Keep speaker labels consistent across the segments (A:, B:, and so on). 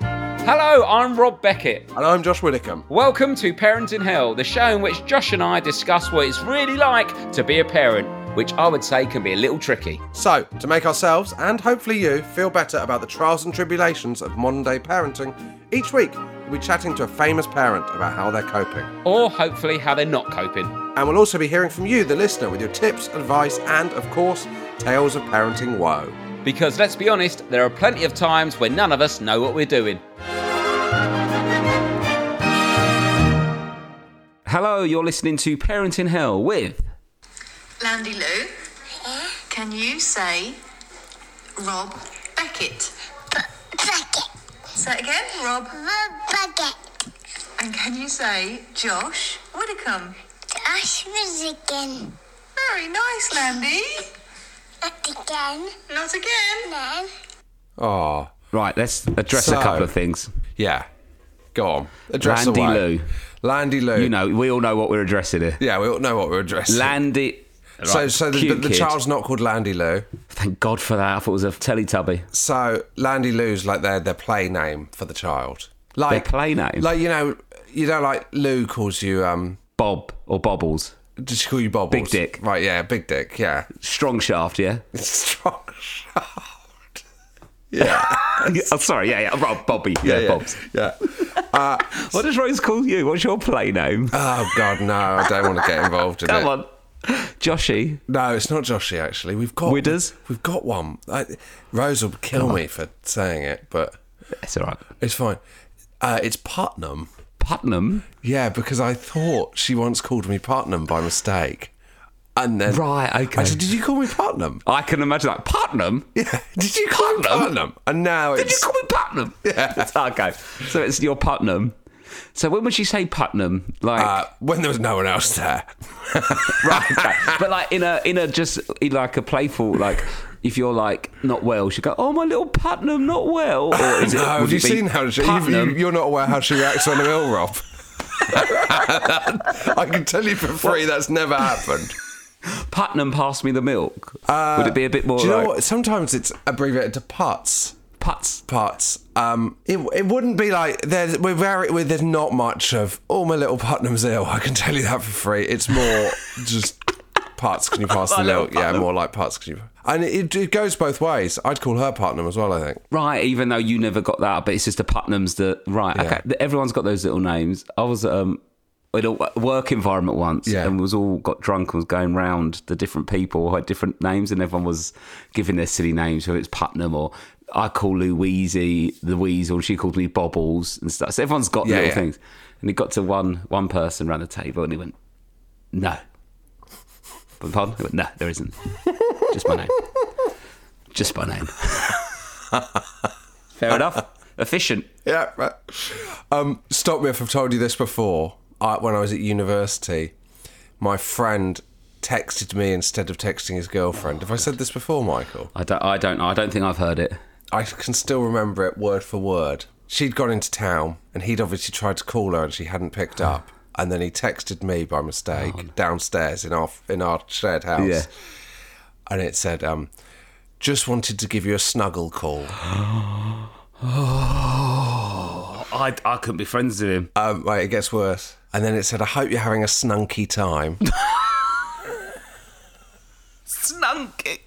A: Hello, I'm Rob Beckett.
B: And I'm Josh Widdicombe.
A: Welcome to Parents in Hell, the show in which Josh and I discuss what it's really like to be a parent, which I would say can be a little tricky.
B: So, to make ourselves and hopefully you feel better about the trials and tribulations of modern day parenting, each week we'll be chatting to a famous parent about how they're coping.
A: Or hopefully how they're not coping.
B: And we'll also be hearing from you, the listener, with your tips, advice, and, of course, tales of parenting woe.
A: Because let's be honest, there are plenty of times when none of us know what we're doing. Hello, you're listening to Parent in Hell with.
C: Landy Lou, can you say Rob Beckett?
D: Bucket.
C: Say it again, Rob.
D: Bucket.
C: And can you say Josh Widdicombe?
D: Ash was again.
C: Very nice, Landy.
D: Not again.
C: Not again.
D: No.
B: Oh,
A: Right, let's address
B: So-
A: a couple of things.
B: yeah. Go on. Address
A: Landy
B: away.
A: Lou.
B: Landy Lou.
A: You know, we all know what we're addressing here.
B: Yeah, we all know what we're addressing.
A: Landy.
B: so,
A: Right,
B: so the,
A: cute
B: the, the
A: kid.
B: child's not called Landy Lou.
A: Thank God for that. I thought it was a Teletubby.
B: So Landy Lou's like their their play name for the child.
A: Their
B: Like
A: play name.
B: Like you know, you know, like Lou calls you. Um,
A: Bob or Bobbles.
B: does she call you Bobbles?
A: Big dick.
B: Right. Yeah. Big dick. Yeah.
A: Strong shaft, yeah?
B: Strong.
A: oh, sorry, yeah, yeah. Rob, Bobby. Yeah, Bobs.
B: Yeah.
A: What does Rose call you? What's your play name? Uh,
B: Oh God, no! I don't want to get involved in
A: Come
B: it.
A: on. Joshy.
B: No, it's not Joshy. Actually, we've got
A: Widders?
B: We've got one. I, Rose will kill me for saying it, but
A: It's all right.
B: it's fine. Uh, it's Putnam.
A: Putnam.
B: Yeah, because I thought she once called me Putnam by mistake, and then
A: Right,
B: I
A: okay.
B: said, "Did you call me Putnam?"
A: I can imagine that. Putnam?
B: Yeah. Did you call me Putnam? And now
A: Did you
B: it's
A: call me Putnam? Yeah. okay. So it's your Putnam. So when would you say Putnam? Like,
B: uh, when there was no one else there.
A: right, okay. but like in a in a just in like a playful like. If you're like not well, she go, "Oh, my little Putnam, not well." Or is
B: no,
A: it,
B: have
A: would
B: you
A: it be
B: seen how she? You,
A: Putnam?
B: you, you're not aware how she reacts when I'm ill, Rob. I can tell you for free that's never happened.
A: Putnam passed me the milk. would it be a bit more
B: Uh, Do you
A: like
B: know what? Sometimes it's abbreviated to putts.
A: putts?
B: Putts. Um, it, it wouldn't be like there's we're very we there's not much of oh my little Putnam's ill. I can tell you that for free. It's more just putts. Can you pass the
A: My little
B: milk? Yeah, more like putts. Can you? And it, it goes both ways. I'd call her Putnam as well. I think.
A: Right, even though you never got that, but it's just the Putnams that right. Okay, th- everyone's got those little names. I was um in a w- work environment once,
B: Yeah.
A: and was all got drunk and was going round the different people who had different names, and everyone was giving their silly names. Whether it's Putnam or I call Lou Wheezy the Weasel, and she called me Bobbles and stuff. So everyone's got
B: Yeah,
A: little
B: yeah.
A: things, and it got to one one person round the table, and he went, "No, pardon?" He went, "No, there isn't. Just my name." just by name. Fair enough. Efficient.
B: Yeah. Right. Um, stop me if I've told you this before. I, when I was at university, my friend texted me instead of texting his girlfriend. Have I said this before, Michael?
A: I don't. I don't. I don't think I've heard it.
B: I can still remember it word for word. She'd gone into town and he'd obviously tried to call her and she hadn't picked up. And then he texted me by mistake downstairs in our in our shared house.
A: Yeah.
B: And it said, um, just wanted to give you a snuggle call.
A: I, I couldn't be friends with him.
B: Um, right, it gets worse. And then it said, I hope you're having a snunky time.
A: Snunk it.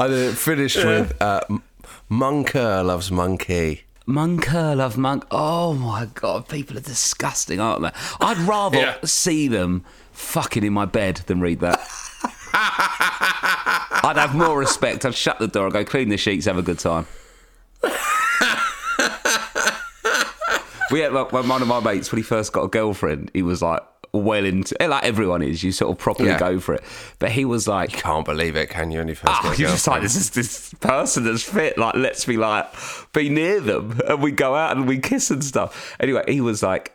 B: And then it finished with uh, M- Munker loves monkey.
A: Munker love monk. Oh my god, people are disgusting, aren't they? I'd rather
B: Yeah.
A: see them fucking in my bed than read that. I'd have more respect. I'd shut the door. I'd go clean the sheets, have a good time. we had like, when one of my mates when he first got a girlfriend, he was like well into like everyone is. You sort of properly
B: Yeah.
A: go for it, but he was like,
B: Can't believe it, can you? Only first
A: Oh,
B: get a
A: you're just like
B: girlfriend.
A: this is this person that's fit, like lets me like be near them, and we go out and we kiss and stuff. Anyway, he was like,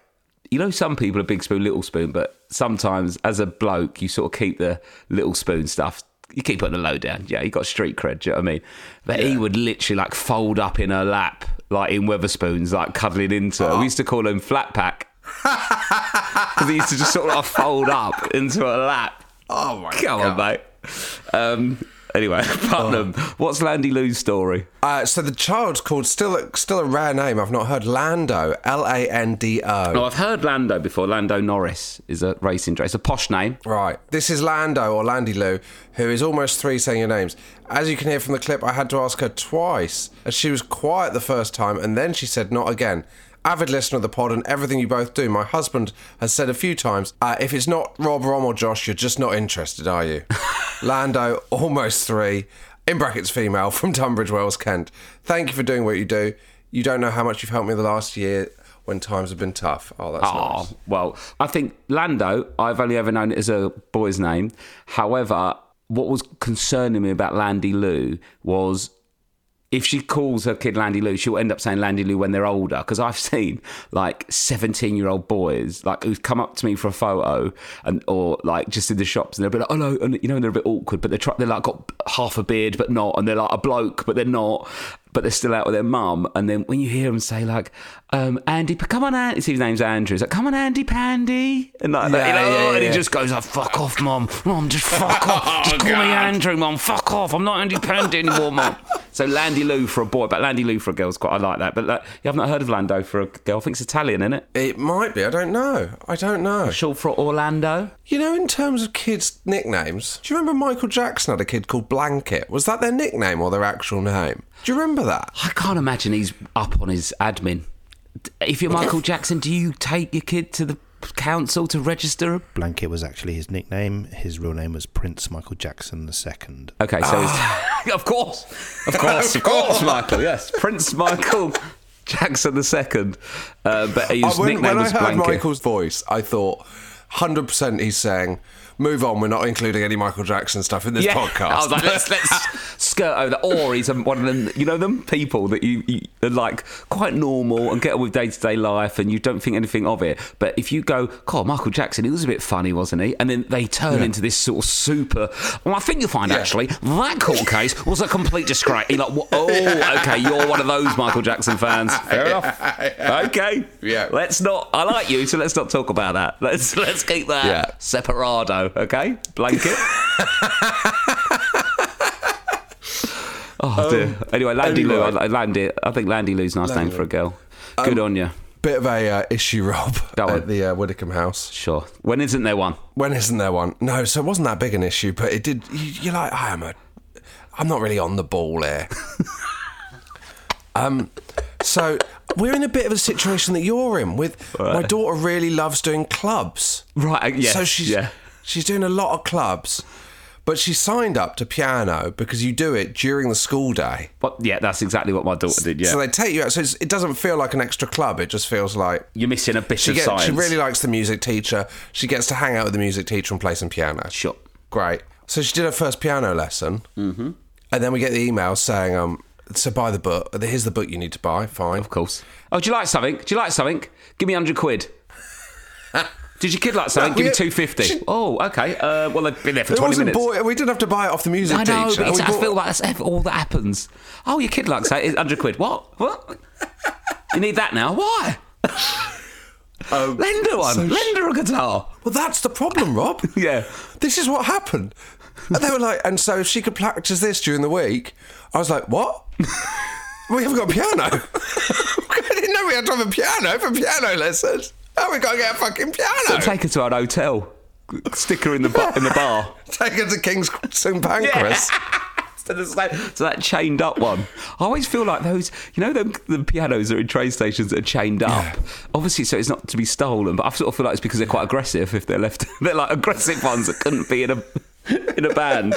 A: you know, some people are big spoon, little spoon, but sometimes as a bloke, you sort of keep the little spoon stuff. You keep it on the low down. Yeah, you got street cred. Do you know what I mean? But he would literally like fold up in her lap, like in Weatherspoons, like cuddling into her. We used to call him flat pack. 'Cause he used to just sort of like fold up into her lap.
B: Oh my
A: Come
B: God.
A: on, mate. Um, Anyway, Putnam. What's Landy Lou's story?
B: Uh, so the child's called still still a rare name. I've not heard Lando. L A N D O.
A: Oh, I've heard Lando before. Lando Norris is a racing driver. It's a posh name.
B: Right. This is Lando or Landy Lou, who is almost three saying your names. As you can hear from the clip, I had to ask her twice, as she was quiet the first time, and then she said not again. Avid listener of the pod and everything you both do. My husband has said a few times, uh, if it's not Rob, Rom, or Josh, you're just not interested, are you? Lando, almost three, in brackets female, from Tunbridge Wells, Kent. Thank you for doing what you do. You don't know how much you've helped me the last year when times have been tough. Oh, that's nice.
A: Oh, well, I think Lando, I've only ever known it as a boy's name. However, what was concerning me about Landy Lou was if she calls her kid Landy Lou, she'll end up saying Landy Lou when they're older. Because I've seen like 17 year old boys like who've come up to me for a photo and or like just in the shops and they'll be like, oh no, and you know, and they're a bit awkward, but they're, try- they're like got half a beard but not, and they're like a bloke but they're not, but they're still out with their mum. And then when you hear them say like, um, Andy, come on, Andy, see his name's Andrew, it's like, come on, Andy Pandy, and like that, you
B: Yeah,
A: know,
B: yeah,
A: and he
B: yeah.
A: just goes, oh, fuck off, mum, mum, just fuck off, just call me Andrew, mum, fuck off, I'm not Andy Pandy anymore, mum. So Landy Lou for a boy, but Landy Lou for a girl's quite. I like that. But like, you haven't heard of Lando for a girl. I think it's Italian, isn't it?
B: It might be. I don't know. I don't know.
A: Short for Orlando.
B: You know, in terms of kids' nicknames, do you remember Michael Jackson had a kid called Blanket? Was that their nickname or their actual name? Do you remember that?
A: I can't imagine he's up on his admin. D- If you're Michael Jackson, do you take your kid to the council to register? him?
E: Blanket was actually his nickname. His real name was Prince Michael Jackson II.
A: Okay, so it's, of course, of course, of course, Michael. Yes, Prince Michael Jackson the second. Uh, but his
B: I- when
A: nickname
B: when I
A: was
B: heard
A: Blanket.
B: Michael's voice, I thought, 100% he's saying, move on, we're not including any Michael Jackson stuff in this podcast.
A: I was like, let's, let's skirt over that. Or he's um, one of them, you know, them people that you, you are like quite normal and get on with day to day life and you don't think anything of it. But if you go, God, Michael Jackson, he was a bit funny, wasn't he? And then they turn into this sort of super. Well, I think you'll find actually that court case was a complete disgrace. You're like, "Wha- oh, okay, you're one of those Michael Jackson fans. Fair enough. Okay.
B: Yeah.
A: Let's not. I like you, so let's not talk about that. Let's let's keep that
B: Yeah.
A: separado. Okay. Blanket. Oh dear. Anyway, Landy Lou.
B: Um, anyway.
A: I, I- Landy. I think Landy Lou's a nice name for a girl. Good
B: Um,
A: on you.
B: Bit of a uh, issue, Rob,
A: Go
B: at
A: on.
B: the uh, Widdicombe house.
A: Sure. When isn't there one?
B: When isn't there one? No, so it wasn't that big an issue, but it did. You, you're like, I am a. I'm not really on the ball here. um, so we're in a bit of a situation that you're in with. My daughter really loves doing clubs.
A: Right. uh, Yeah.
B: So she's
A: yeah.
B: she's doing a lot of clubs, but she signed up to piano because you do it during the school day.
A: But yeah, that's exactly what my daughter did. Yeah.
B: So they take you out. So it's, it doesn't feel like an extra club. It just feels like
A: You're missing a bit
B: she
A: of
B: gets-
A: science.
B: She really likes the music teacher. She gets to hang out with the music teacher and play some piano.
A: Sure.
B: Great. So she did her first piano lesson. Mm-hmm. And then we get the email saying, um, so buy the book. Here's the book you need to buy. Fine.
A: Of course. Oh, do you like something? Do you like something? Give me hundred quid. Did your kid like something?
B: No,
A: Give me
B: we-
A: two fifty.
B: she-
A: Oh, okay. Uh, well, they've been there for
B: It
A: twenty
B: wasn't
A: minutes.
B: bought, we didn't have to buy it off the music
A: I know,
B: teacher.
A: but it's,
B: We
A: I
B: bought-
A: feel like that's ev- all that happens. Oh, your kid likes that. It's 100 quid. What? What? You need that now? Why?
B: Um,
A: Lend her one. Lend her a guitar.
B: well, that's the problem, Rob.
A: Yeah.
B: This is what happened. And they were like, and so if she could practice this during the week, I was like, what? we haven't got a piano. I didn't know we had to have a piano for piano lessons. Now we got to get a fucking piano.
A: Take her to an hotel. Stick her in the, bar in the bar.
B: Take her to King's St Pancras.
A: to, the same, to that chained up one. I always feel like those, you know, them, the pianos that are in train stations that are chained up. Obviously, so it's not to be stolen, but I sort of feel like it's because they're quite aggressive if they're left. they're like aggressive ones that couldn't be in a in a band.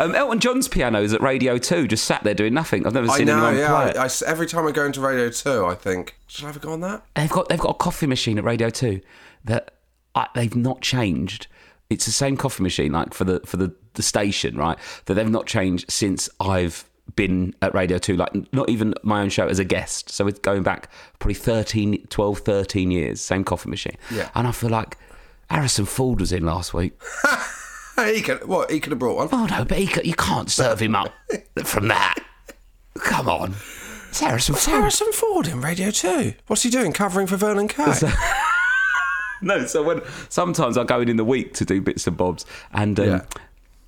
A: Um, Elton John's piano is at Radio 2, just sat there doing nothing. I've never
B: I
A: seen
B: know,
A: anyone
B: yeah.
A: play it.
B: I- I s- every time I go into Radio 2, I think, should I have a go on that?
A: They've got they've got a coffee machine at Radio Two that I, they've not changed. It's the same coffee machine, like for the for the, the station, right? That they've not changed since I've been at Radio Two, like not even my own show as a guest. So it's going back probably 13, 12, 13 years, same coffee machine.
B: Yeah.
A: And I feel like Harrison Ford was in last week.
B: Hey, he could, what, he could have brought one.
A: Oh no, but he, ca- you can't serve him up from that. Come on, it's Harrison Ford.
B: Harrison Ford in Radio 2. What's he doing? Covering for Vernon Kay?
A: No, so when sometimes I go in in the week to do bits and bobs, and um,
B: Yeah.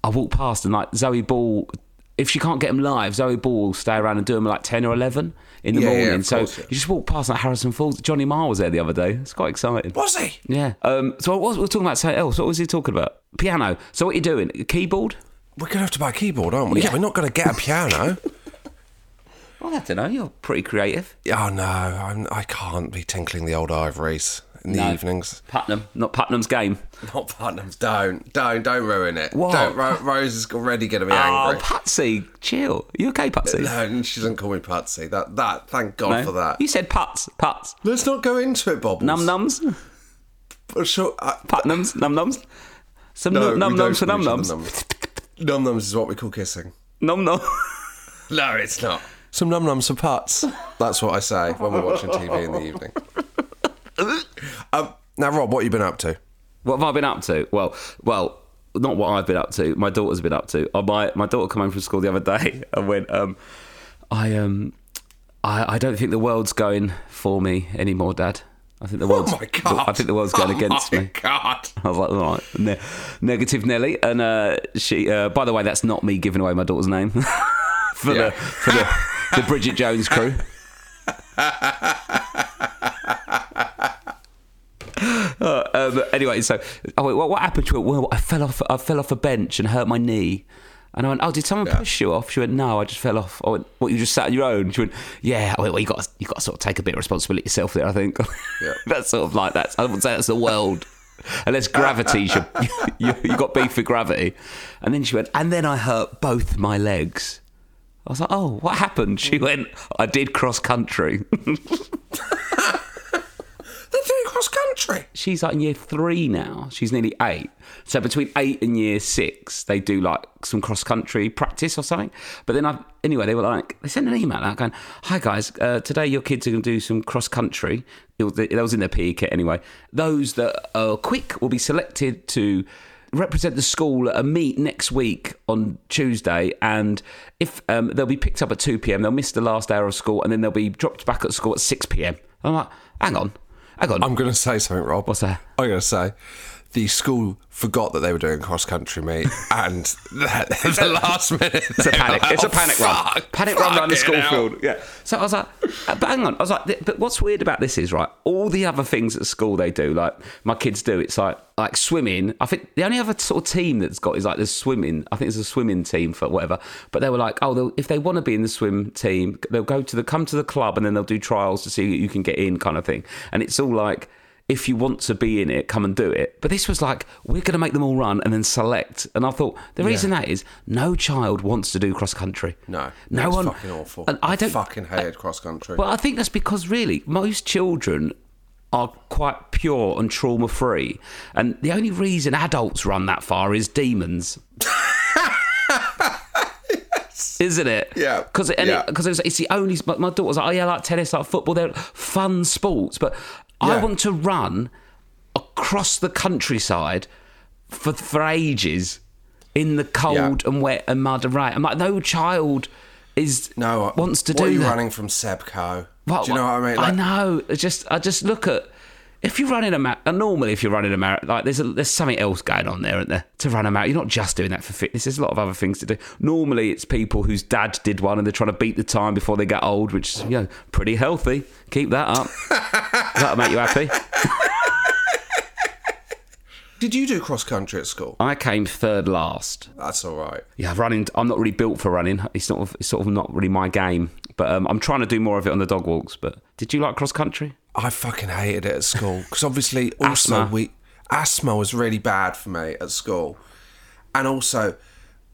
A: I walk past and like Zoe Ball. If she can't get them live, Zoe Ball will stay around and do them like ten or eleven in the
B: Yeah, yeah,
A: morning.
B: of
A: so
B: course, yeah.
A: you just walk past like Harrison Falls. Johnny Marr was there the other day. It's quite exciting.
B: Was he?
A: Yeah. Um, so what was we were talking about something else? What was he talking about? Piano. So what are you doing? Keyboard?
B: We're going to have to buy a keyboard, aren't we? Yeah, we're not going to get a piano.
A: Well, I don't know. You're pretty creative.
B: oh, no, I'm, I can't be tinkling the old ivories in the
A: No.
B: evenings.
A: Putnam, not Putnam's game.
B: Not Putnam's. Don't, don't, don't ruin it.
A: What?
B: Don't, Ro- Rose is already going to be
A: Oh,
B: angry.
A: Patsy, chill. You okay, Patsy?
B: No, and she doesn't call me Patsy. That, that. Thank God
A: No?
B: for that.
A: You said putts, putts,
B: Let's not go into it, Bob.
A: num nums,
B: Sure, I-
A: Putnams, num nums. Some
B: no,
A: num num
B: we don't
A: nums for num
B: call each
A: nums.
B: other Num nums is what we call kissing.
A: Num num.
B: No, it's not. Some num nums for putts. That's what I say when we're watching TV in the evening. um, now, Rob, what have you been up to?
A: What have I been up to? Well, well, not what I've been up to. My daughter's been up to. Uh, my my daughter came home from school the other day and went, um, I um, I, I don't think the world's going for me anymore, Dad. I think the world's.
B: Oh my god!
A: I think the world's going
B: Oh
A: against
B: my
A: me.
B: God!
A: I was like, all right, ne- negative Nelly, and uh, she. Uh, by the way, that's not me giving away my daughter's name for
B: Yeah.
A: the for the, the Bridget Jones crew. Uh, um, anyway, so oh wait, what, what happened to it? Well, I fell off. I fell off a bench and hurt my knee. And I went, oh, did someone push you off? She went, no, I just fell off. I went, what? You just sat on your own? She went, yeah. I went, well, you got you got to sort of take a bit of responsibility yourself there. I think
B: Yeah.
A: that's sort of like that's. I wouldn't say that's the world. Unless gravity's your, you, you got beef with gravity. And then she went, and then I hurt both my legs. I was like, oh, what happened? She went, I did cross country.
B: They're doing cross country.
A: she's like in year three now. She's nearly eight. So between eight and year six, they do like some cross country practice or something. But then I, anyway, they were like, they sent an email out going, "Hi guys, uh, today your kids are going to do some cross country." It was, that was in their PE kit anyway. Those that are quick will be selected to represent the school at a meet next week on Tuesday, and if um, they'll be picked up at two pm, they'll miss the last hour of school, and then they'll be dropped back at school at six pm. I'm like, hang on, hang on.
B: I'm going to say something, Rob.
A: What's that?
B: I'm going to say the school forgot that they were doing cross country meet, and that, the last minute
A: It's a panic. It's a
B: Oh,
A: panic run. Panic run around the school field. Yeah. So I was like, uh, but hang on. I was like, th- but what's weird about this is right. All the other things at school they do, like my kids do, it's like like swimming. I think the only other sort of team that's got is like the swimming. I think it's a swimming team for whatever. But they were like, oh, they'll, if they want to be in the swim team, they'll go to the come to the club and then they'll do trials to see who you can get in, kind of thing. And it's all like. If you want to be in it, come and do it. But this was like, we're going to make them all run and then select. And I thought, the reason that is, no child wants to do cross country.
B: No,
A: No
B: it's
A: one.
B: Fucking awful.
A: And I don't.
B: fucking hated cross country.
A: But I think that's because really, most children are quite pure and trauma free, and the only reason adults run that far is demons. Isn't it?
B: Yeah.
A: Because it,
B: Yeah.
A: because it's, it's the only. My, my daughter's like, oh yeah, I like tennis, I like football, they're fun sports, but I
B: Yeah.
A: want to run across the countryside for for ages in the cold and wet and mud and rain. I'm like, no child is
B: no, I-
A: wants to
B: what are
A: do
B: you
A: that.
B: running from Sebco?
A: But-
B: Do you know what I mean?
A: I
B: Like,
A: know. I just I just look at if you're running a mar- and normally if you're running a marathon, like there's a, there's something else going on there, isn't there? To run a marathon, you're not just doing that for fitness. There's a lot of other things to do. Normally, it's people whose dad did one and they're trying to beat the time before they get old, which is, you know pretty healthy. Keep that up. That'll make you happy.
B: Did you do cross country at school?
A: I came third last.
B: That's all right.
A: Yeah, running. I'm not really built for running. It's sort of it's sort of not really my game. But um, I'm trying to do more of it on the dog walks. But did you like cross country?
B: I fucking hated it at school because obviously also
A: Asthma.
B: we asthma was really bad for me at school, and also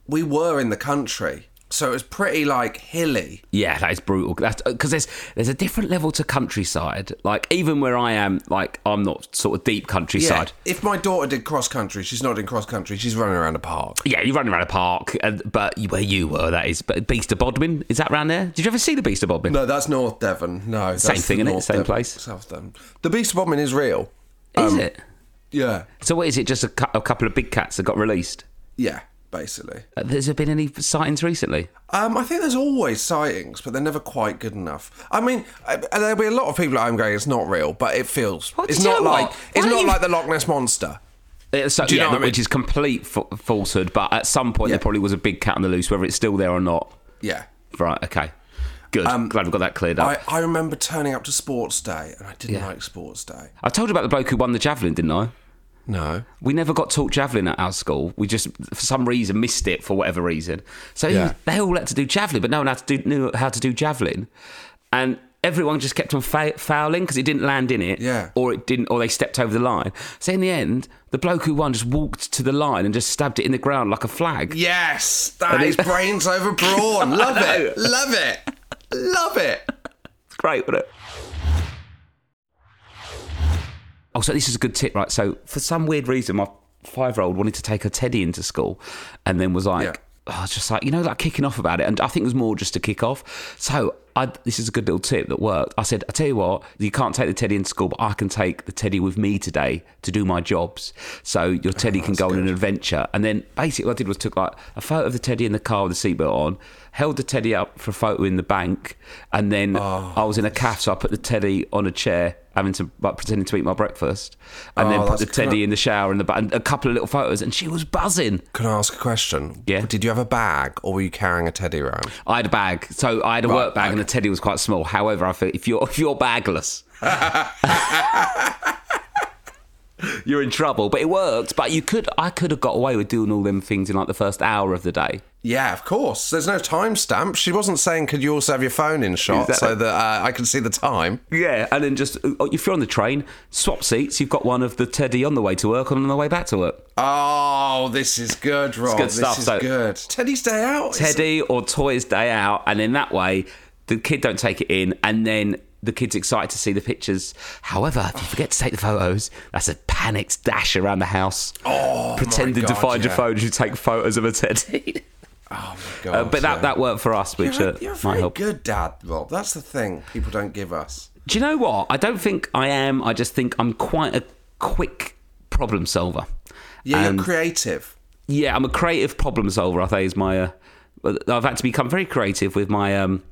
B: we were in the country, so it was pretty like hilly.
A: Yeah, that is brutal. That's because there's there's a different level to countryside. Like even where I am, like I'm not sort of deep countryside.
B: If my daughter did cross country, she's not in cross country. She's running around a park.
A: Yeah, you're running around a park, and, but you- where you were, that is. But Beast of Bodmin is that round there? Did you ever see the Beast of Bodmin?
B: No, that's North Devon. No, that's
A: Same thing,
B: the
A: innit?
B: North
A: Same
B: Devon-
A: place.
B: South Devon. The Beast of Bodmin is real.
A: is
B: Um,
A: it?
B: Yeah,
A: So what is it? Just a, cou- a couple of big cats that got released.
B: yeah, basically.
A: Uh, Has there been any sightings recently?
B: Um, I think there's always sightings, but they're never quite good enough. I mean, I, and there'll be a lot of people at home going, "It's not real," but it feels.
A: Well,
B: it's
A: do you
B: not
A: know
B: like
A: what?
B: it's
A: Why
B: not
A: you-
B: like the Loch Ness monster.
A: Uh, So,
B: Do you
A: yeah,
B: know what I
A: which
B: mean?
A: is complete f- falsehood, but at some point
B: Yeah.
A: there probably was a big cat on the loose, whether it's still there or not.
B: Yeah.
A: Right, okay. Good. Glad we got that cleared up.
B: Um, I, I remember turning up to sports day and I didn't like sports day.
A: I told you about the bloke who won the javelin, didn't I?
B: No.
A: We never got taught javelin at our school. We just, for some reason, missed it for whatever reason. So he-
B: Yeah.
A: they all had to do javelin, but no one had to do, knew how to do javelin, and everyone just kept on fa- fouling because it didn't land in it,
B: Yeah.
A: or it didn't, or they stepped over the line. So in the end, the bloke who won just walked to the line and just stabbed it in the ground like a flag.
B: Yes, that is brains over brawn. Love it. Love it. Love it.
A: great, would it? Oh, so this is a good tip, right? So for some weird reason, my five-year-old wanted to take her teddy into school, and then was like, I was just like, you know, like kicking off about it, and I think it was more just to kick off. So I, this is a good little tip that worked. I said, I tell you what, you can't take the teddy into school, but I can take the teddy with me today to do my jobs. So
B: Oh,
A: your teddy can go on an adventure. And then basically, what I did was took like a photo of the teddy in the car with the seatbelt on, held the teddy up for a photo in the bank, and then
B: Oh.
A: I was in a cafe, so I put the teddy on a chair, having to like pretending to eat my breakfast, and
B: Oh,
A: then put the
B: that's
A: teddy
B: clever.
A: in the shower and, the, ba- and a couple of little photos, and she was buzzing.
B: Can I ask a question?
A: Yeah.
B: Did you have a bag or were you carrying a teddy around?
A: I had a bag, so I had a
B: Right,
A: work bag, and the
B: okay.
A: teddy was quite small. However, I feel if you're if you're bagless. You're in trouble, but it worked. But you could, I could have got away with doing all them things in like the first hour of the day.
B: Yeah, of course. There's no timestamp. She wasn't saying, could you also have your phone in shot
A: Exactly.
B: so that uh, I can see the time?
A: Yeah, and then just oh, if you're on the train, swap seats. You've got one of the teddy on the way to work and on the way back to work.
B: Oh, this is good, Rob.
A: good
B: this
A: stuff,
B: is
A: so-
B: good. Teddy's day out. is-
A: Teddy or toys day out, and then that way the kid don't take it in, and then the kid's excited to see the pictures. However, if you forget to take the photos, that's a panicked dash around the house,
B: Oh, my
A: pretending to
B: God,
A: find your
B: yeah.
A: phone as you take photos of a teddy.
B: Oh, my God.
A: Uh, but that,
B: yeah.
A: that worked for us, which
B: You're,
A: uh,
B: a- you're a
A: might
B: very
A: help.
B: good dad, Rob. That's the thing people don't give us.
A: Do you know what? I don't think I am. I just think I'm quite a quick problem solver.
B: Yeah,
A: And-
B: you're creative.
A: yeah, I'm a creative problem solver. I think is my. Uh, I've had to become very creative with my um,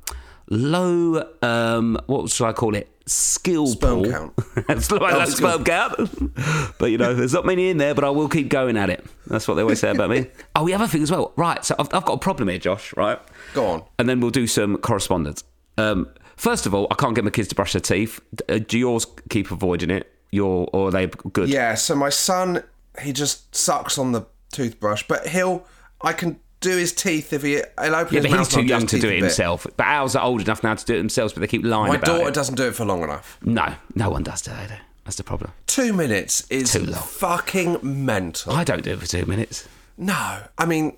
A: low. Um, what should I call it? Skill
B: Sperm
A: pool.
B: count.
A: That's like that
B: skill.
A: sperm count. but you know, there's not many in there. But I will keep going at it. That's what they always say about me. Oh, the other thing as well. Right. So I've, I've got a problem here, Josh. Right.
B: Go on.
A: And then we'll do some correspondence. Um, first of all, I can't get my kids to brush their teeth. D- uh, Do yours keep avoiding it? Your or are they good?
B: Yeah, so my son, he just sucks on the toothbrush, but he'll, I can do his teeth if he, he'll open
A: Yeah, but
B: his mouth.
A: he's
B: and I'll
A: too
B: do
A: young
B: his
A: to do
B: teeth
A: it
B: a bit.
A: himself. But ours are old enough now to do it themselves, but they keep lying
B: My
A: about
B: daughter
A: it.
B: doesn't do it for long enough.
A: No, no one does, do they? though? That's the problem.
B: Two minutes is
A: Too long.
B: fucking mental.
A: I don't do it for two minutes.
B: No, I mean,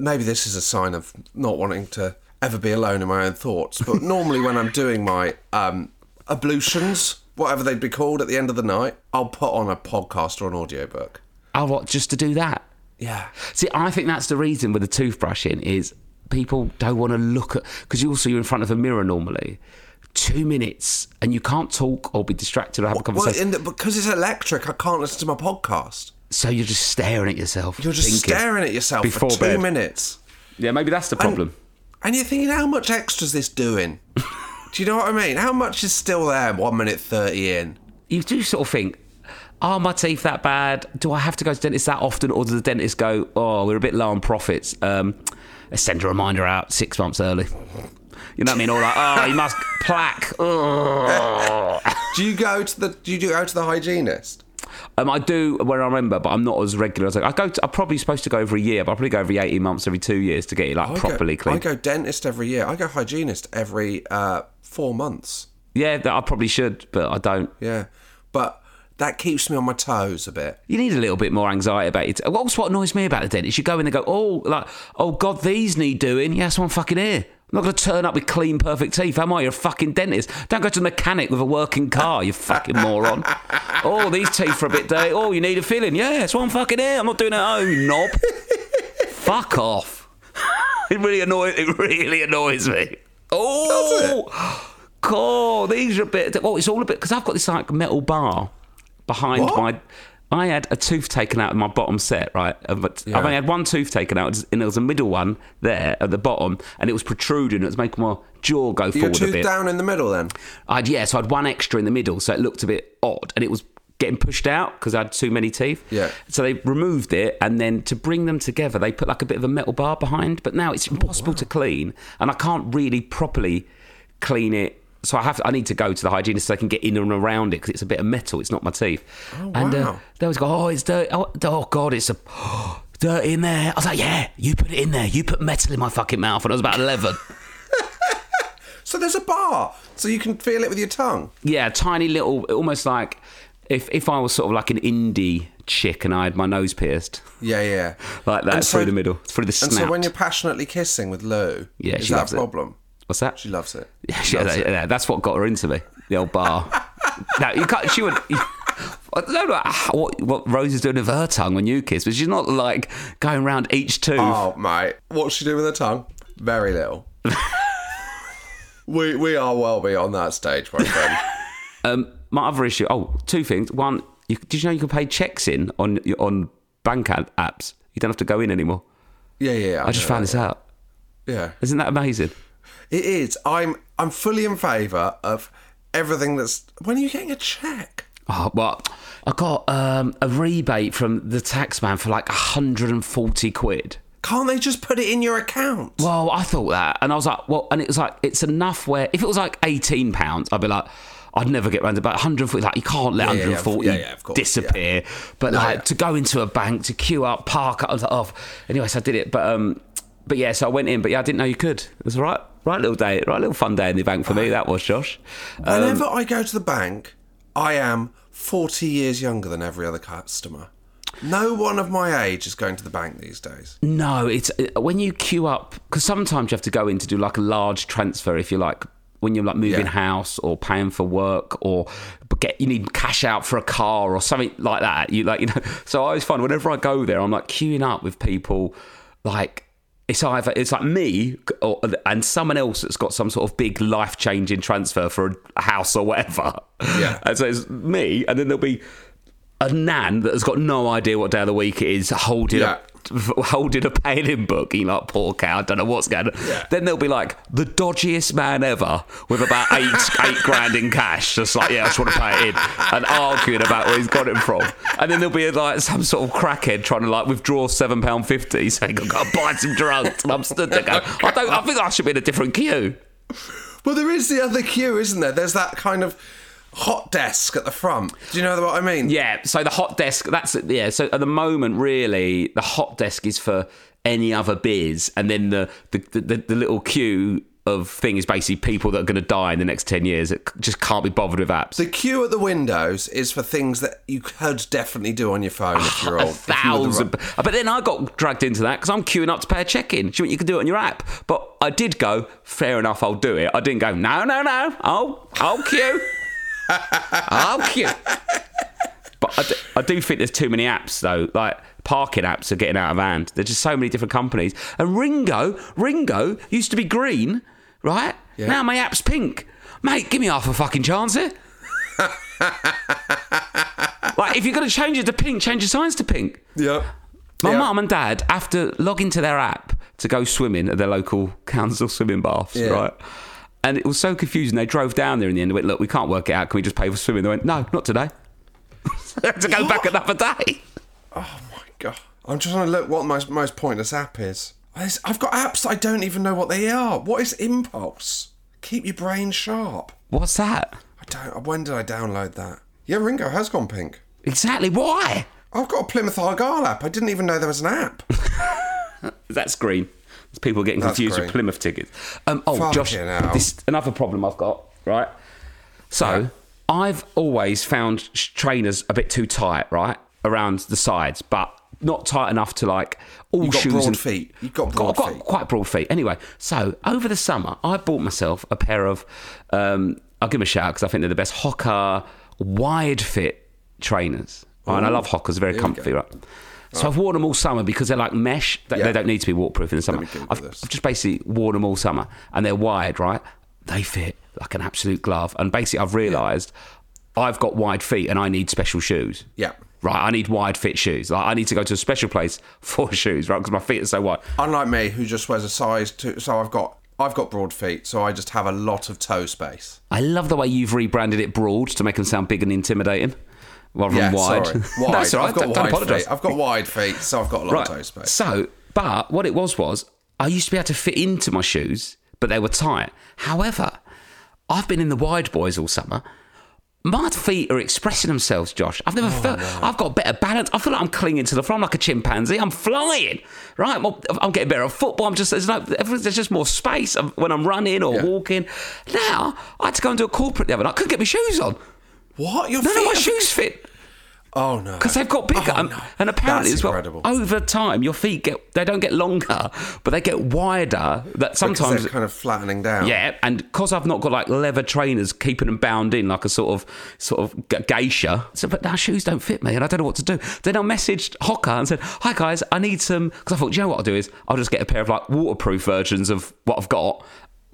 B: maybe this is a sign of not wanting to ever be alone in my own thoughts. But normally, when I'm doing my um, ablutions, whatever they'd be called at the end of the night, I'll put on a podcast or an audiobook.
A: Oh, what? Just to do that?
B: Yeah.
A: See, I think that's the reason with the toothbrushing is people don't want to look at because you also you're in front of a mirror normally. Two minutes, and you can't talk or be distracted or have a
B: Well,
A: conversation.
B: in the, because it's electric, I can't listen to my podcast.
A: so you're just staring at yourself.
B: You're just
A: thinking.
B: staring at yourself
A: Before
B: for two
A: bed.
B: minutes.
A: Yeah, maybe that's the problem.
B: And you're thinking, how much extra is this doing? do you know what I mean? How much is still there one minute 30 in?
A: you do sort of think, are my teeth that bad? Do I have to go to the dentist that often? Or does the dentist go, oh, we're a bit low on profits? Um, let's send a reminder out six months early. You know what I mean? All like, oh, you must plaque. oh." Ugh.
B: Do you go to the do you go to the hygienist?
A: Um, I do when I remember, but I'm not as regular as I, I go. To, I'm probably supposed to go every year, but I probably go every 18 months, every two years to get it like
B: I go-
A: properly clean.
B: I go dentist every year. I go hygienist every uh, four months.
A: Yeah, that I probably should, but I don't.
B: Yeah, but that keeps me on my toes a bit.
A: you need a little bit more anxiety about it. What's what annoys me about the dentist? You go in and go, oh, like, oh God, these need doing. Yeah, that's what I'm fucking here. I'm not going to turn up with clean, perfect teeth. Am I? You're a fucking dentist. Don't go to the mechanic with a working car, you fucking moron. Oh, these teeth are a bit dirty. Oh, you need a filling. Yeah, that's what I'm fucking here. I'm not doing it at home, you knob. Fuck off. It really annoys. It really annoys me. Oh, God, these are a bit. Oh, it's all a bit because I've got this like metal bar behind
B: What?
A: my. I had a tooth taken out of my bottom set, right? Uh, But I've only had one tooth taken out, and there was a middle one there at the bottom, and it was protruding. It was making my jaw go
B: Your
A: forward a
B: tooth
A: bit.
B: down in the middle, then.
A: I'd yeah, so I'd one extra in the middle, so it looked a bit odd, and it was getting pushed out because I had too many teeth.
B: Yeah.
A: So they removed it, and then to bring them together, they put like a bit of a metal bar behind. But now
B: Oh,
A: it's impossible to clean, and I can't really properly clean it. So I have to, I need to go to the hygienist so I can get in and around it because it's a bit of metal. It's not my teeth. Oh, And uh,
B: wow.
A: they always go, oh, it's dirty. Oh, d- oh God, it's a. Dirty in there. I was like, yeah, you put it in there. You put metal in my fucking mouth when I was about 11.
B: So there's a bar, so you can feel it with your tongue.
A: yeah, tiny little, almost like if if I was sort of like an indie chick and I had my nose pierced
B: Yeah, yeah.
A: like that
B: And so-
A: through the middle, through the snout.
B: And so when you're passionately kissing with Lou,
A: Yeah,
B: is
A: she
B: that
A: loves
B: a
A: it.
B: problem?
A: What's that?
B: She loves it.
A: Yeah, she- yeah, that's what got her into me. The old bar. no, you can't. She would. I don't know ah, what, what Rose is doing with her tongue when you kiss, but she's not like going round each tooth.
B: Oh, mate. What's she doing with her tongue? Very little. we we are well beyond that stage, my friend.
A: My other issue. Oh, two things. One, you, did you know you can pay checks in on on bank app- apps? You don't have to go in anymore.
B: Yeah, yeah. yeah,
A: I just
B: know
A: found this out.
B: that. Yeah.
A: Isn't that amazing?
B: It is. I'm I'm fully in favour of everything that's. When are you getting a check?
A: Oh, well, I got um, a rebate from the tax man for like 140 quid.
B: Can't they just put it in your account?
A: Well, I thought that. And I was like, well, and it was like, it's enough where if it was like 18 pounds, I'd be like, I'd never get round to about 140. Like, you can't let
B: Yeah, yeah, yeah,
A: 140
B: yeah, yeah, of course,
A: disappear. But like,
B: yeah.
A: to go into a bank, to queue up, park, I was like, oh. Anyway, so I did it. But, um, but yeah, so I went in, but yeah, I didn't know you could. It was a right, right little day, right little fun day in the bank for me. That was Josh. um,
B: Whenever I go to the bank, I am 40 years younger than every other customer. No one of my age is going to the bank these days.
A: No, it's uh, when you queue up because sometimes you have to go in to do like a large transfer if you're like when you're like moving
B: Yeah.
A: house or paying for work or b- get you need cash out for a car or something like that. You like you know. So I always find whenever I go there, I'm like queuing up with people like. It's either it's like me or, and someone else that's got some sort of big life changing transfer for a house or whatever.
B: Yeah.
A: and so it's me, and then there'll be a nan that has got no idea what day of the week it is holding
B: Yeah.
A: a holding a paying in book. You like poor cow, don't know what's going on. Then they'll be like the dodgiest man ever with about eight eight grand in cash. Just like yeah, I just want to pay it in and arguing about where he's got it from. And then there'll be like some sort of crackhead trying to like withdraw seven pound fifty, saying I've got to buy some drugs. And I'm stood there going, I don't. I think I should be in a different queue.
B: Well, there is the other queue, isn't there? There's that kind of hot desk at the front. Do you know what I mean?
A: Yeah, so the hot desk, that's yeah. So at the moment, really, the hot desk is for any other biz, and then the the, the, the, little queue of thing is basically people that are going to die in the next ten years. It c- just can't be bothered with apps.
B: The queue at the windows is for things that you could definitely do on your phone if you're
A: a
B: old. if you were the
A: thousand,
B: right-
A: but then I got dragged into that because I'm queuing up to pay a check in. She went, "You can do it on your app," but I did go. Fair enough, I'll do it. I didn't go. No, no, no. I'll I'll queue. I'll queue. But I do, I do think there's too many apps though. Like parking apps are getting out of hand. There's just so many different companies. And Ringo, Ringo used to be green, right? Now my app's pink. Mate, give me half a fucking chance eh? here. like if you're gonna change it to pink, change your signs to pink.
B: Yep.
A: My
B: Yeah.
A: mum and dad have to log into their app to go swimming at their local council swimming baths,
B: Yeah.
A: right? And it was so confusing. They drove down there in the end and went, Look, we can't work it out. Can we just pay for swimming? They went, No, not today. They had to go back another day.
B: Oh my god. I'm just trying to look what my most pointless app is. There's- I've got apps that I don't even know what they are. What is Impulse? Keep your brain sharp.
A: What's that?
B: I don't. When did I download that? Yeah, Ringo has gone pink.
A: Exactly. Why?
B: I've got a Plymouth Argyle app. I didn't even know there was an app.
A: That's green. It's people getting
B: That's
A: confused
B: green.
A: with Plymouth tickets. Um, oh,
B: Fucking
A: Josh,
B: hell.
A: this another problem I've got. Right. So I've always found sh- trainers a bit too tight, right, around the sides, but not tight enough to like all
B: You've got
A: shoes
B: broad
A: and-
B: feet. You've got
A: I've
B: broad
A: got
B: feet.
A: quite broad feet. Anyway, so over the summer, I bought myself a pair of, um, I'll give them a shout because I think they're the best Hoka wide fit trainers. Right, and I love Hokas, they're very comfy, right? So I've worn them all summer because they're like mesh. They,
B: Yeah.
A: they don't need to be waterproof in the summer.
B: me Google
A: I've,
B: this.
A: I've just basically worn them all summer and they're wired, right? They fit like an absolute glove. And basically, I've realised I've got wide feet and I need special shoes.
B: Yeah.
A: Right, I need wide fit shoes. Like, I need to go to a special place for shoes, right? Because my feet are so wide.
B: Unlike me, who just wears a size two. So I've got I've got broad feet, so I just have a lot of toe space.
A: I love the way you've rebranded it broad to make them sound big and intimidating. rather
B: Yeah,
A: than wide.
B: sorry.
A: No,
B: Wide.
A: it's all right.
B: I've got
A: Don't- don't
B: wide
A: apologise.
B: feet. I've got wide feet, so I've got a lot of toe space.
A: So, but what it was was I used to be able to fit into my shoes, but they were tight. However, I've been in the wide boys all summer. My feet are expressing themselves, Josh. I've never felt. I've got better balance. I feel like I'm clinging to the floor. I'm like a chimpanzee. I'm flying, right? I'm, I'm getting better at football. I'm just there's no everything- there's just more space of- when I'm running or
B: Yeah.
A: walking. Now I had to go and do a corporate the other night. I couldn't get my shoes on.
B: What? Your
A: None
B: feet
A: of my
B: are-
A: shoes fit
B: Oh no.
A: because they've got bigger, Um,
B: Oh,
A: and,
B: no.
A: and apparently
B: That's
A: as well,
B: incredible.
A: over time your feet get they don't get longer, but they get wider. That
B: Because
A: sometimes
B: they're kind of flattening down.
A: yeah, and because I've not got like leather trainers keeping them bound in like a sort of sort of ge- geisha. So, but now shoes don't fit me, and I don't know what to do. Then I messaged Hocker and said, "Hi guys, I need some." Because I thought, "Do you know what I'll do is I'll just get a pair of like waterproof versions of what I've got,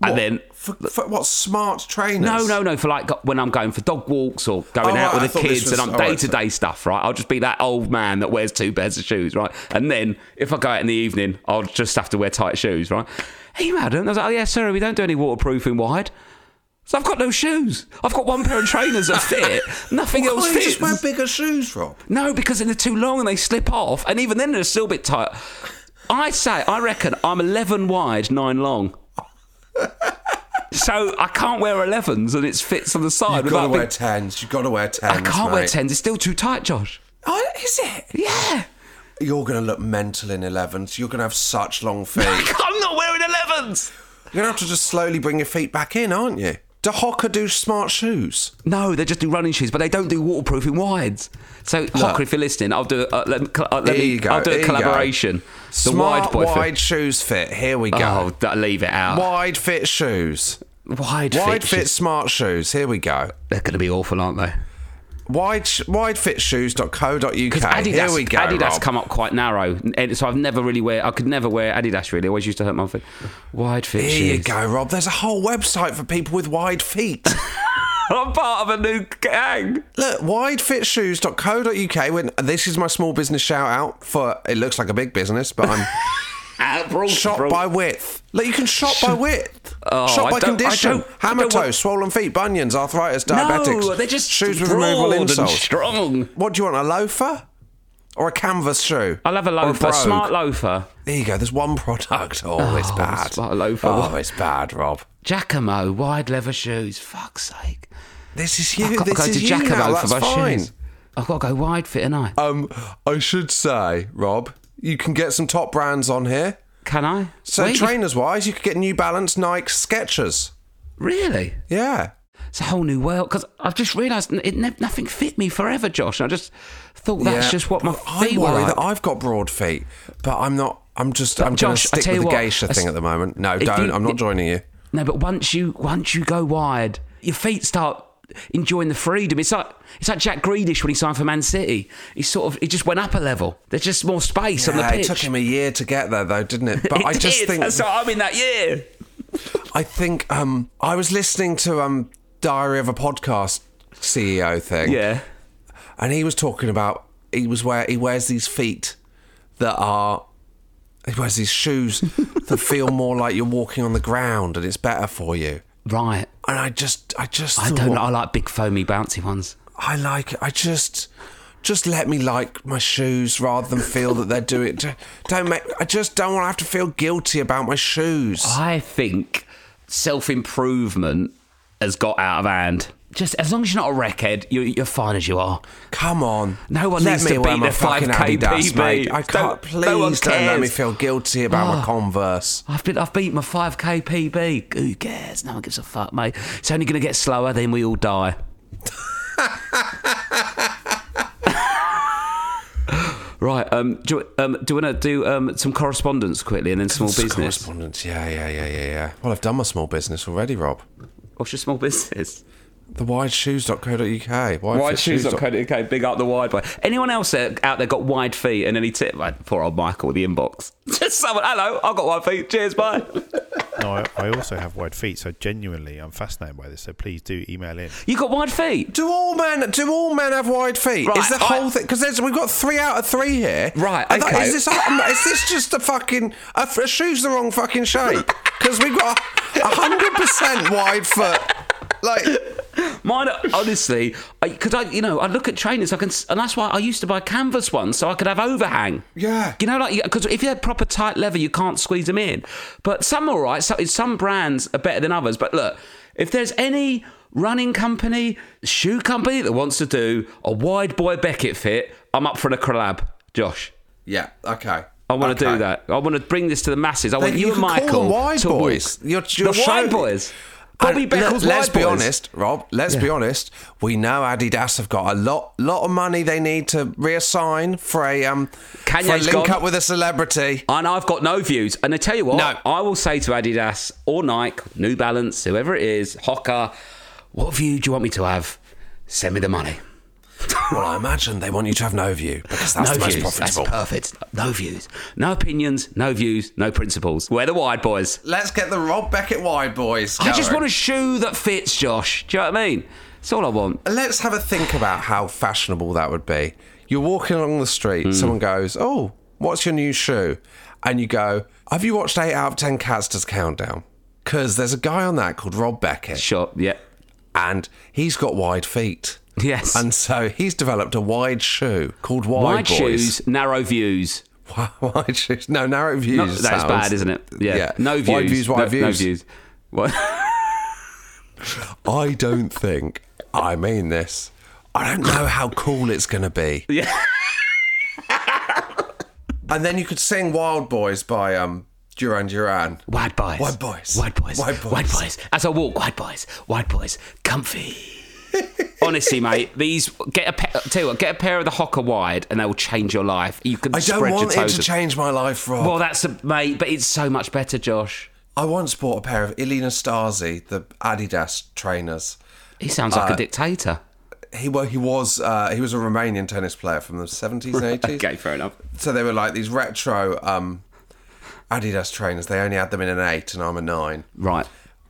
A: and
B: What?
A: then."
B: for, for what smart trainers?
A: No, no, no. For like go- when I'm going for dog walks or going
B: Oh,
A: out
B: right,
A: with
B: I
A: the
B: thought this
A: kids, and
B: was-
A: I'm
B: oh, right,
A: day to day stuff, right? I'll just be that old man that wears two pairs of shoes, right? And then if I go out in the evening, I'll just have to wear tight shoes, right? Hey, madam, I was like, oh yeah, sorry, we don't do any waterproofing wide. So I've got no shoes. I've got one pair of trainers that fit. Nothing
B: Why
A: else
B: don't you just
A: fits.
B: wear bigger shoes, Rob?
A: No, because then they're too long and they slip off, and even then they're still a bit tight. I say, I reckon I'm 11 wide, 9 long. so I can't wear 11s and it fits on the side.
B: You've got to
A: without
B: wear
A: being-
B: tens. You've got to wear tens.
A: I can't wear
B: mate.
A: 10s, it's still too tight, Josh.
B: Oh, is it?
A: Yeah.
B: You're going to look mental in 11s. You're going to have such long feet.
A: I'm not wearing 11s.
B: You're going to have to just slowly bring your feet back in, aren't you? Do Hocker do smart shoes?
A: No, they just do running shoes, but they don't do waterproofing wides. So, Hocker, if you're listening, I'll do. Uh, let, me- uh, let
B: Here
A: me,
B: you go,
A: I'll do
B: here
A: a
B: you go.
A: collaboration. The wide
B: Smart
A: boy.
B: wide
A: fit.
B: shoes fit. Here we
A: Oh,
B: go.
A: d- leave it out.
B: Wide fit shoes.
A: Wide,
B: Wide fit
A: fits.
B: smart shoes. Here we go.
A: They're going to be awful, aren't they?
B: Wide widefitshoes.co.uk.
A: Adidas,
B: Here we go.
A: Adidas
B: Rob.
A: come up quite narrow, and so I've never really wear. I could never wear Adidas. Really, I always used to hurt my feet. Wide fit
B: Here
A: shoes.
B: you go, Rob. There's a whole website for people with wide feet.
A: I'm part of a new gang.
B: Look, widefitshoes.co.uk. When this is my small business shout out for it looks like a big business, but I'm
A: Ah, bro,
B: shop
A: bro.
B: by width. Look, you can shop by width,
A: Oh,
B: shop
A: I
B: by
A: don't- I
B: condition,
A: don't- I
B: hammer
A: don't
B: toe,
A: want-
B: swollen feet, bunions, arthritis, diabetics.
A: No, they're just
B: shoes with
A: broad
B: removable
A: and
B: insoles.
A: strong.
B: What do you want? A loafer or a canvas shoe?
A: I'll have a
B: Or
A: loafer,
B: brogue?
A: smart loafer.
B: There you go. There's one product. Oh, it's
A: Oh,
B: bad.
A: smart loafer.
B: Oh, it's bad, Rob.
A: Giacomo, wide leather shoes. Fuck's sake!
B: This is you.
A: I've got to
B: this
A: go
B: is
A: to
B: you now.
A: Giacomo for
B: That's
A: my
B: fine.
A: shoes. I've got to go wide fit, and I
B: Um, I should say, Rob, you can get some top brands on here.
A: can I.
B: So
A: Wait,
B: trainers wise, you could get New Balance, Nike, Skechers.
A: really,
B: Yeah.
A: it's a whole new world. Because I've just realised it ne- nothing fit me forever, Josh. And I just thought that's
B: Yeah.
A: just what my
B: I
A: feet were
B: worry
A: like.
B: that I've got broad feet, but I'm not. I'm just. I'm
A: Josh, I
B: going to
A: tell
B: stick
A: you
B: with the
A: what,
B: geisha
A: I s-
B: thing at the moment. No,
A: If
B: don't.
A: you-
B: I'm not joining you.
A: No, but once you once you go wide, your feet start enjoying the freedom. It's like it's like Jack Greedish when he signed for Man City. He sort of he just went up a level. There's just more space on the
B: Yeah,
A: pitch.
B: it took him a year to get there, though, didn't it? But
A: It
B: I just
A: did.
B: think
A: that's what I'm in that year.
B: I think um, I was listening to um, Diary of a Podcast CEO thing.
A: Yeah.
B: and he was talking about he was where he wears these feet that are he wears these shoes that feel more like you're walking on the ground and it's better for you.
A: Right.
B: And I just, I just,
A: I don't.
B: thought,
A: I like big foamy bouncy ones.
B: I like, I just, just let me like my shoes rather than feel that they're doing. d- Don't make. I just don't want to have to feel guilty about my shoes.
A: I think self improvement has got out of hand. Just as long as you're not a wreckhead, you're, you're fine as you are.
B: Come on,
A: No one
B: let
A: needs
B: me
A: to
B: wear
A: beat
B: my
A: the
B: fucking
A: 5K
B: Adidas, mate.
A: PB.
B: I can't.
A: Don't- no one
B: please don't let me
A: cares.
B: feel guilty about my
A: Ah.
B: Converse.
A: I've been, I've beat my 5k PB. Who cares? No one gives a fuck, mate. It's only going to get slower, then we all die. right. Um. Do um. Do you want to do um some correspondence quickly and then small business?
B: Correspondence, yeah, yeah, yeah, yeah, yeah. Well, I've done my small business already, Rob.
A: What's your small business?
B: The wideshoes.co.uk.
A: Wideshoes.co.uk. Big up the wide boy. Anyone else there- out there got wide feet and any tip? Like, poor old Michael, the inbox. Just someone. Hello, I've got wide feet. Cheers, bye.
E: No, I, I also have wide feet, so genuinely, I'm fascinated by this. So please do email in.
A: you got wide feet.
B: Do all men do all men have wide feet?
A: Right,
B: is the
A: I-
B: whole thing because we've got three out of three here.
A: Right,
B: I thought,
A: okay.
B: Is this is this just a fucking a, a shoe's the wrong fucking shape? Because we've got a hundred percent wide foot. Like
A: Mine, are- honestly, because I, you know, I look at trainers, I can, s- and that's why I used to buy canvas ones so I could have overhang.
B: Yeah.
A: You know, like because if they're proper tight leather, you can't squeeze them in. But some are all right. So, some brands are better than others. But look, if there's any running company, shoe company that wants to do a wide boy Beckett fit, I'm up for a collab, Josh.
B: Yeah. Okay.
A: I want to
B: Okay.
A: do that. I want to bring this to the masses. I
B: They-
A: want you, and
B: can
A: Michael
B: Call them wide
A: to
B: boys.
A: walk.
B: You're, you're
A: the wide
B: showing-
A: boys. Bobby
B: And let-
A: Beckles.
B: Let's
A: wide
B: be
A: boys.
B: honest, Rob. Let's be honest. We know Adidas have got a lot, lot of money they need to reassign for a um for a
A: Kanye's
B: link
A: gone.
B: up with a celebrity.
A: And I've got no views. And I tell you what,
B: No.
A: I will say to Adidas or Nike, New Balance, whoever it is, Hoka, what view do you want me to have? Send me the money.
B: Well, I imagine they want you to have no view because that's
A: no
B: the most
A: views. That's
B: profitable.
A: perfect. No views. No opinions. No views. No principles. We're the wide boys.
B: Let's get the Rob Beckett wide boys.
A: I just
B: going.
A: want a shoe that fits, Josh. Do you know what I mean? It's all I want.
B: Let's have a think about how fashionable that would be. You're walking along the street,
A: Hmm.
B: someone goes, Oh, what's your new shoe? And you go, Have you watched 8 out of 10 Casters Countdown? Because there's a guy on that called Rob Beckett,
A: Sure. Yeah.
B: and he's got wide feet.
A: Yes.
B: And so he's developed a wide shoe called Wide,
A: wide
B: Boys.
A: shoes, narrow views.
B: wide shoes. No, narrow views.
A: No, that's
B: sounds-
A: bad, isn't it? Yeah. No views.
B: Wide views, wide
A: no,
B: views.
A: No views. What?
B: I don't think, I mean this, I don't know how cool it's going to be.
A: Yeah.
B: And then you could sing Wild Boys by um, Duran Duran.
A: Wide boys.
B: Wide boys.
A: Wide boys.
B: Wide boys.
A: Wide boys. As I walk, wide boys. Wide boys. Comfy. Honestly, mate, these get a pa- tell you what, get a pair of the Hocker wide, and they will change your life. You can
B: I
A: spread
B: don't
A: your
B: want it
A: toes.
B: to change my life, Rob.
A: well, that's a mate, but it's so much better, Josh.
B: I once bought a pair of Illy Nastasi, the Adidas trainers.
A: He sounds like a dictator.
B: He well, he was uh, he was a Romanian tennis player from the seventies and eighties.
A: Okay, fair enough.
B: So they were like these retro um, Adidas trainers. They only had them in an eight, and I'm a nine.
A: Right,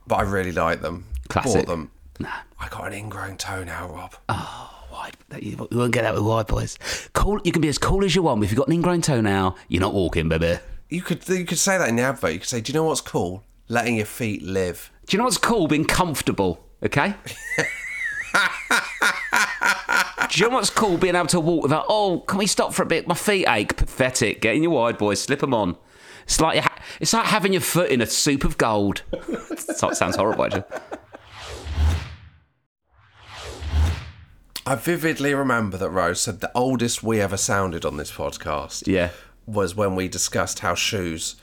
B: But I really liked them.
A: Classic.
B: Bought them.
A: Nah.
B: I got an ingrown toenail, Rob.
A: wide. You won't get Oh, that with wide boys. Cool. You can be as cool as you want. but If you've got an ingrown toenail, you're not walking, baby.
B: You could you could say that in the advert. You could say, "Do you know what's cool? Letting your feet live."
A: Do you know what's cool? Being comfortable, okay? Do you know what's cool? Being able to walk without, oh, can we stop for a bit? My feet ache. Pathetic. Get in your wide, boys. Slip them on. It's like, your ha- it's like having your foot in a soup of gold. so- sounds horrible, actually.
B: I vividly remember that Rose said the oldest we ever sounded on this podcast.
A: Yeah.
B: was when we discussed how shoes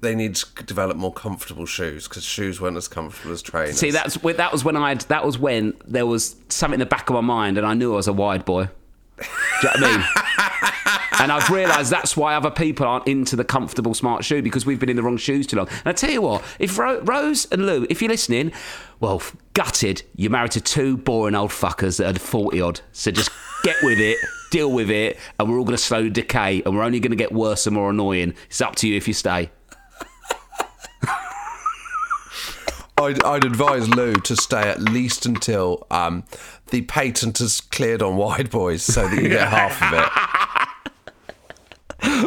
B: they need to develop more comfortable shoes because shoes weren't as comfortable as trainers.
A: See, that's wh- that was when I had, that was when there was something in the back of my mind, and I knew I was a wide boy. Do you know what I mean? and I've realised that's why other people aren't into the comfortable smart shoe because we've been in the wrong shoes too long. And I tell you what, if Ro- Rose and Lou, if you're listening, well, f- gutted, you're married to two boring old fuckers that are 40 odd. So just get with it, deal with it, and we're all going to slow decay, and we're only going to get worse and more annoying. It's up to you if you stay.
B: I'd, I'd advise Lou to stay at least until um, the patent is cleared on wide boys, so that you get half of it.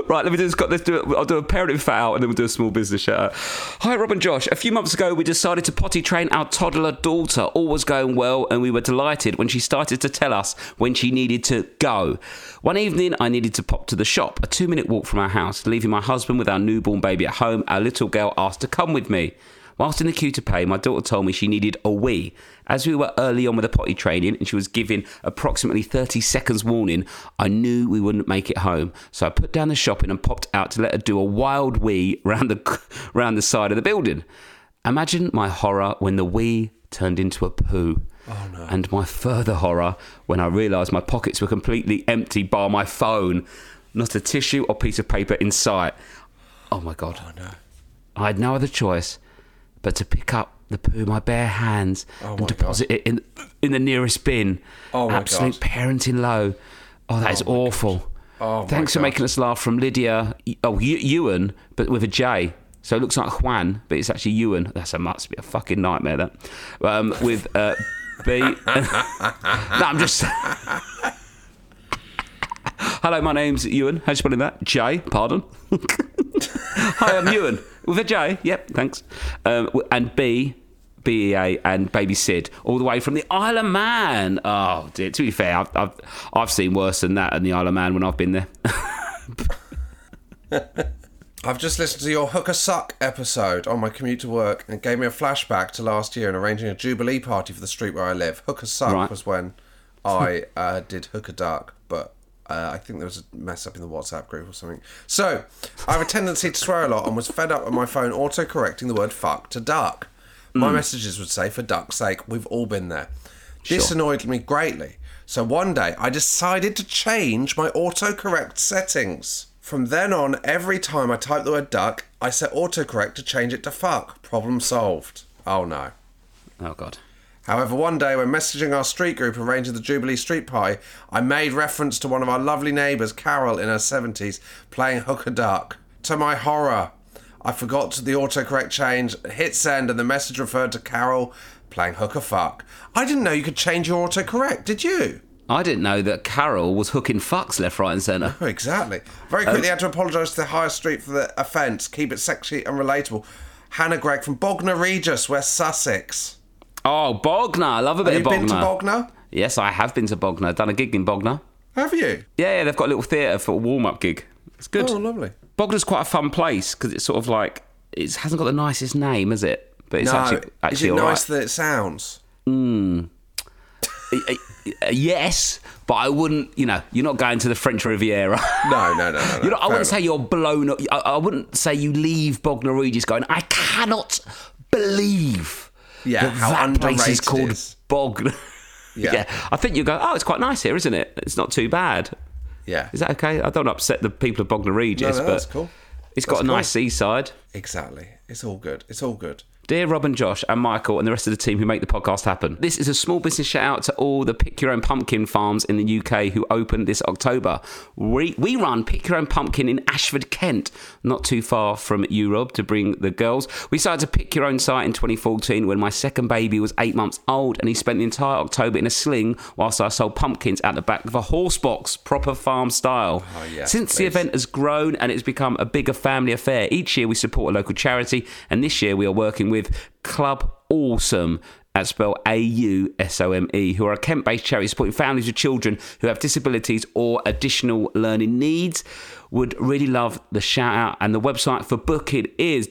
A: Right, let me just let's do it. I'll do a parent fat out and then we'll do a small business shout out. Hi, Rob and Josh. A few months ago, we decided to potty train our toddler daughter. All was going well, and we were delighted when she started to tell us when she needed to go. One evening, I needed to pop to the shop, a two minute walk from our house, leaving my husband with our newborn baby at home. Our little girl asked to come with me. Whilst in the queue to pay, my daughter told me she needed a wee. As we were early on with the potty training and she was given approximately 30 seconds warning, I knew we wouldn't make it home. So I put down the shopping and popped out to let her do a wild wee round the, round the side of the building. Imagine my horror when the wee turned into a poo. And my further horror when I realised my pockets were completely empty bar my phone, not a tissue or piece of paper in sight. Oh my god. I had no other choice but to pick up the poo in my bare hands and deposit it in in the nearest bin.
B: Oh my
A: Absolute
B: God.
A: parenting low. Oh, that is awful.
B: Oh my
A: Thanks for
B: God.
A: making us laugh from Lydia. Oh, E- Ewan, but with a J. So it looks like Juan, but it's actually Ewan. That's a must be a fucking nightmare. That um, with uh, B. no, I'm just. Hello, my name's Ewan. How's you spelling that? J, pardon. Hi, I'm Ewan. With a J. Yep, thanks. Um, w- and B, BEA and Baby Sid, all the way from the Isle of Man. Oh, dear. To be fair, I've, I've, I've seen worse than that in the Isle of Man when I've been there.
B: I've just listened to your Hooker Suck episode on my commute to work and it gave me a flashback to last year and arranging a Jubilee party for the street where I live. Hooker Suck
A: Right.
B: was when I uh, did Hooker Duck, but uh, I think there was a mess up in the WhatsApp group or something. So, I have a tendency to swear a lot and was fed up with my phone auto correcting the word fuck to duck. My messages would say, for duck's sake, we've all been there. This annoyed me greatly. So one day I decided to change my autocorrect settings. From then on, every time I type the word duck, I set autocorrect to change it to fuck. Problem solved. Oh no.
A: oh, God.
B: However, one day when messaging our street group arranging the Jubilee Street Party, I made reference to one of our lovely neighbours, Carol, in her 70s, playing hooker duck. To my horror, I forgot the autocorrect change, hit send, and the message referred to Carol playing hooker fuck. I didn't know you could change your autocorrect, did you?
A: I didn't know that Carol was hooking fucks left, right, and centre.
B: Oh, exactly. Very quickly, had to apologise to the higher street for the offence. Keep it sexy and relatable. Hannah Gregg from Bognor Regis, West Sussex.
A: Oh, Bognor. I love a bit
B: Have you
A: of Bognor.
B: been to Bognor?
A: Yes, I have been to Bognor. Done a gig in Bognor.
B: Have you?
A: Yeah, yeah they've got a little theatre for a warm up gig. It's good.
B: Oh, lovely.
A: Bogner's quite a fun place because it's sort of like it hasn't got the nicest name, has it? But it's
B: no,
A: actually
B: is
A: actually
B: it
A: all right.
B: nice that it sounds?
A: Uh, uh, yes, but I wouldn't. You know, you're not going to the French Riviera.
B: No, no, no, no. no.
A: You know, I
B: Fair
A: wouldn't say
B: enough.
A: you're blown up. I, I wouldn't say you leave Bognor Regis going, I cannot believe
B: Yeah,
A: that,
B: how
A: that place is
B: underrated it
A: called
B: is.
A: Bognor.
B: Yeah.
A: I think you go, oh, it's quite nice here, isn't it? It's not too bad.
B: Yeah,
A: Is that okay? I don't upset the people of Bognor Regis,
B: No, no,
A: but
B: that's cool.
A: it's got
B: That's
A: a
B: cool.
A: nice seaside.
B: exactly. It's all good. It's all good.
A: Dear Rob and Josh and Michael and the rest of the team who make the podcast happen, this is a small business shout out to all the Pick Your Own Pumpkin farms in the UK who opened this October. We, we run Pick Your Own Pumpkin in Ashford, Kent, not too far from you, Rob, to bring the girls. We started to pick your own site in 2014 when my second baby was eight months old and he spent the entire October in a sling whilst I sold pumpkins out the back of a horse box, proper farm style.
B: yes,
A: Since the
B: please.
A: event has grown and it's become a bigger family affair. Each year we support a local charity, and this year we are working with Club Awesome. That's spelled A U S O M E, who are a Kent based charity supporting families with children who have disabilities or additional learning needs. Would really love the shout out. And the website for booking is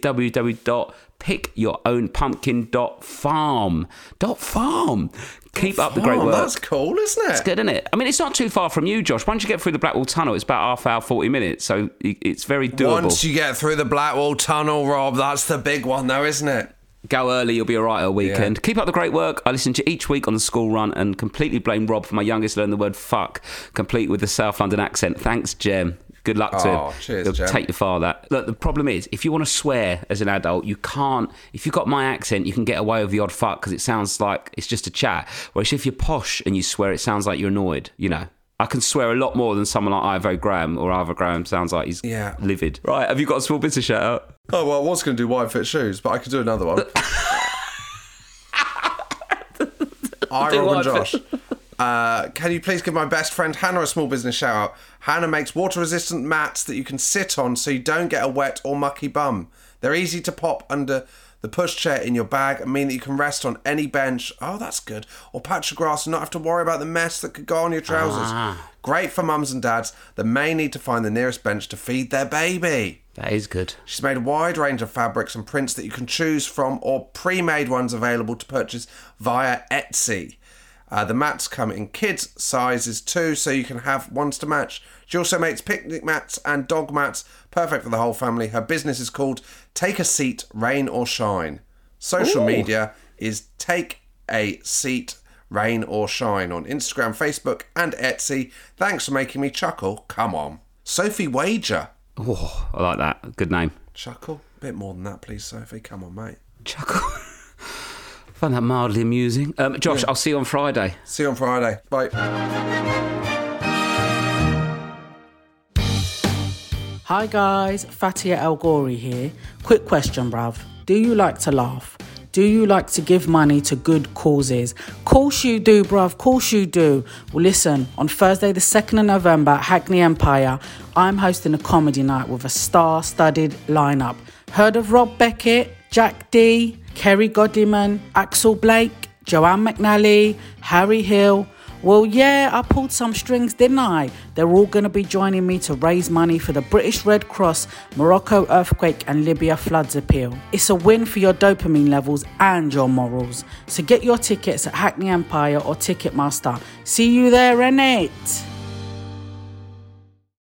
A: www.pickyourownpumpkin.farm. Dot farm. Keep up the great
B: oh,
A: work.
B: that's cool, isn't it?
A: It's good, isn't it? I mean, it's not too far from you, Josh. Once you get through the Blackwall Tunnel, it's about half hour, 40 minutes. So i- it's very doable.
B: Once you get through the Blackwall Tunnel, Rob, that's the big one, though, isn't it?
A: Go early, you'll be all right all weekend. Keep up the great work. I listen to you each week on the school run and completely blame Rob for my youngest learning the word fuck, complete with the South London accent. Thanks, Jem. Good luck to
B: Oh,
A: him.
B: cheers,
A: He'll
B: Jem.
A: Take your far that. Look, the problem is, if you want to swear as an adult, you can't. If you've got my accent, you can get away with the odd fuck because it sounds like it's just a chat. Whereas if you're posh and you swear, it sounds like you're annoyed, you know. I can swear a lot more than someone like Ivo Graham, or Ivo Graham sounds like he's
B: Yeah.
A: livid. Right, have you got a small business shout out?
B: Oh, well, I was going to do wide fit shoes, but I could do another one. Hi,
A: Do
B: Rob and
A: wide
B: Josh. Uh, can you please give my best friend Hannah a small business shout out? Hannah makes water resistant mats that you can sit on so you don't get a wet or mucky bum. They're easy to pop under the pushchair in your bag and mean that you can rest on any bench. Oh, that's good. Or patch of grass and not have to worry about the mess that could go on your trousers.
A: Ah.
B: Great for mums and dads that may need to find the nearest bench to feed their baby.
A: That is good.
B: She's made a wide range of fabrics and prints that you can choose from or pre made ones available to purchase via Etsy. Uh, the mats come in kids' sizes too, so you can have ones to match. She also makes picnic mats and dog mats, perfect for the whole family. Her business is called Take a Seat, Rain or Shine. Social media is Take a Seat, Rain or Shine on Instagram, Facebook, and Etsy. Thanks for making me chuckle. Come on. Sophie Wager.
A: Oh, I like that. Good name.
B: Chuckle. bit more than that, please, Sophie. Come on, mate.
A: chuckle. Found that mildly amusing. Um, Josh, I'll see you on Friday.
B: See you on Friday. Bye.
F: Hi guys, Fatia El Ghori here. Quick question, bruv. Do you like to laugh? Do you like to give money to good causes? Course you do, bruv. Course you do. Well, listen, on Thursday, the 2nd of November at Hackney Empire, I'm hosting a comedy night with a star studded lineup. Heard of Rob Beckett, Jack D, Kerry Goddyman, Axel Blake, Joanne McNally, Harry Hill. Well, yeah, I pulled some strings, didn't I? They're all going to be joining me to raise money for the British Red Cross, Morocco earthquake, and Libya floods appeal. It's a win for your dopamine levels and your morals. So get your tickets at Hackney Empire or Ticketmaster. See you there, innit?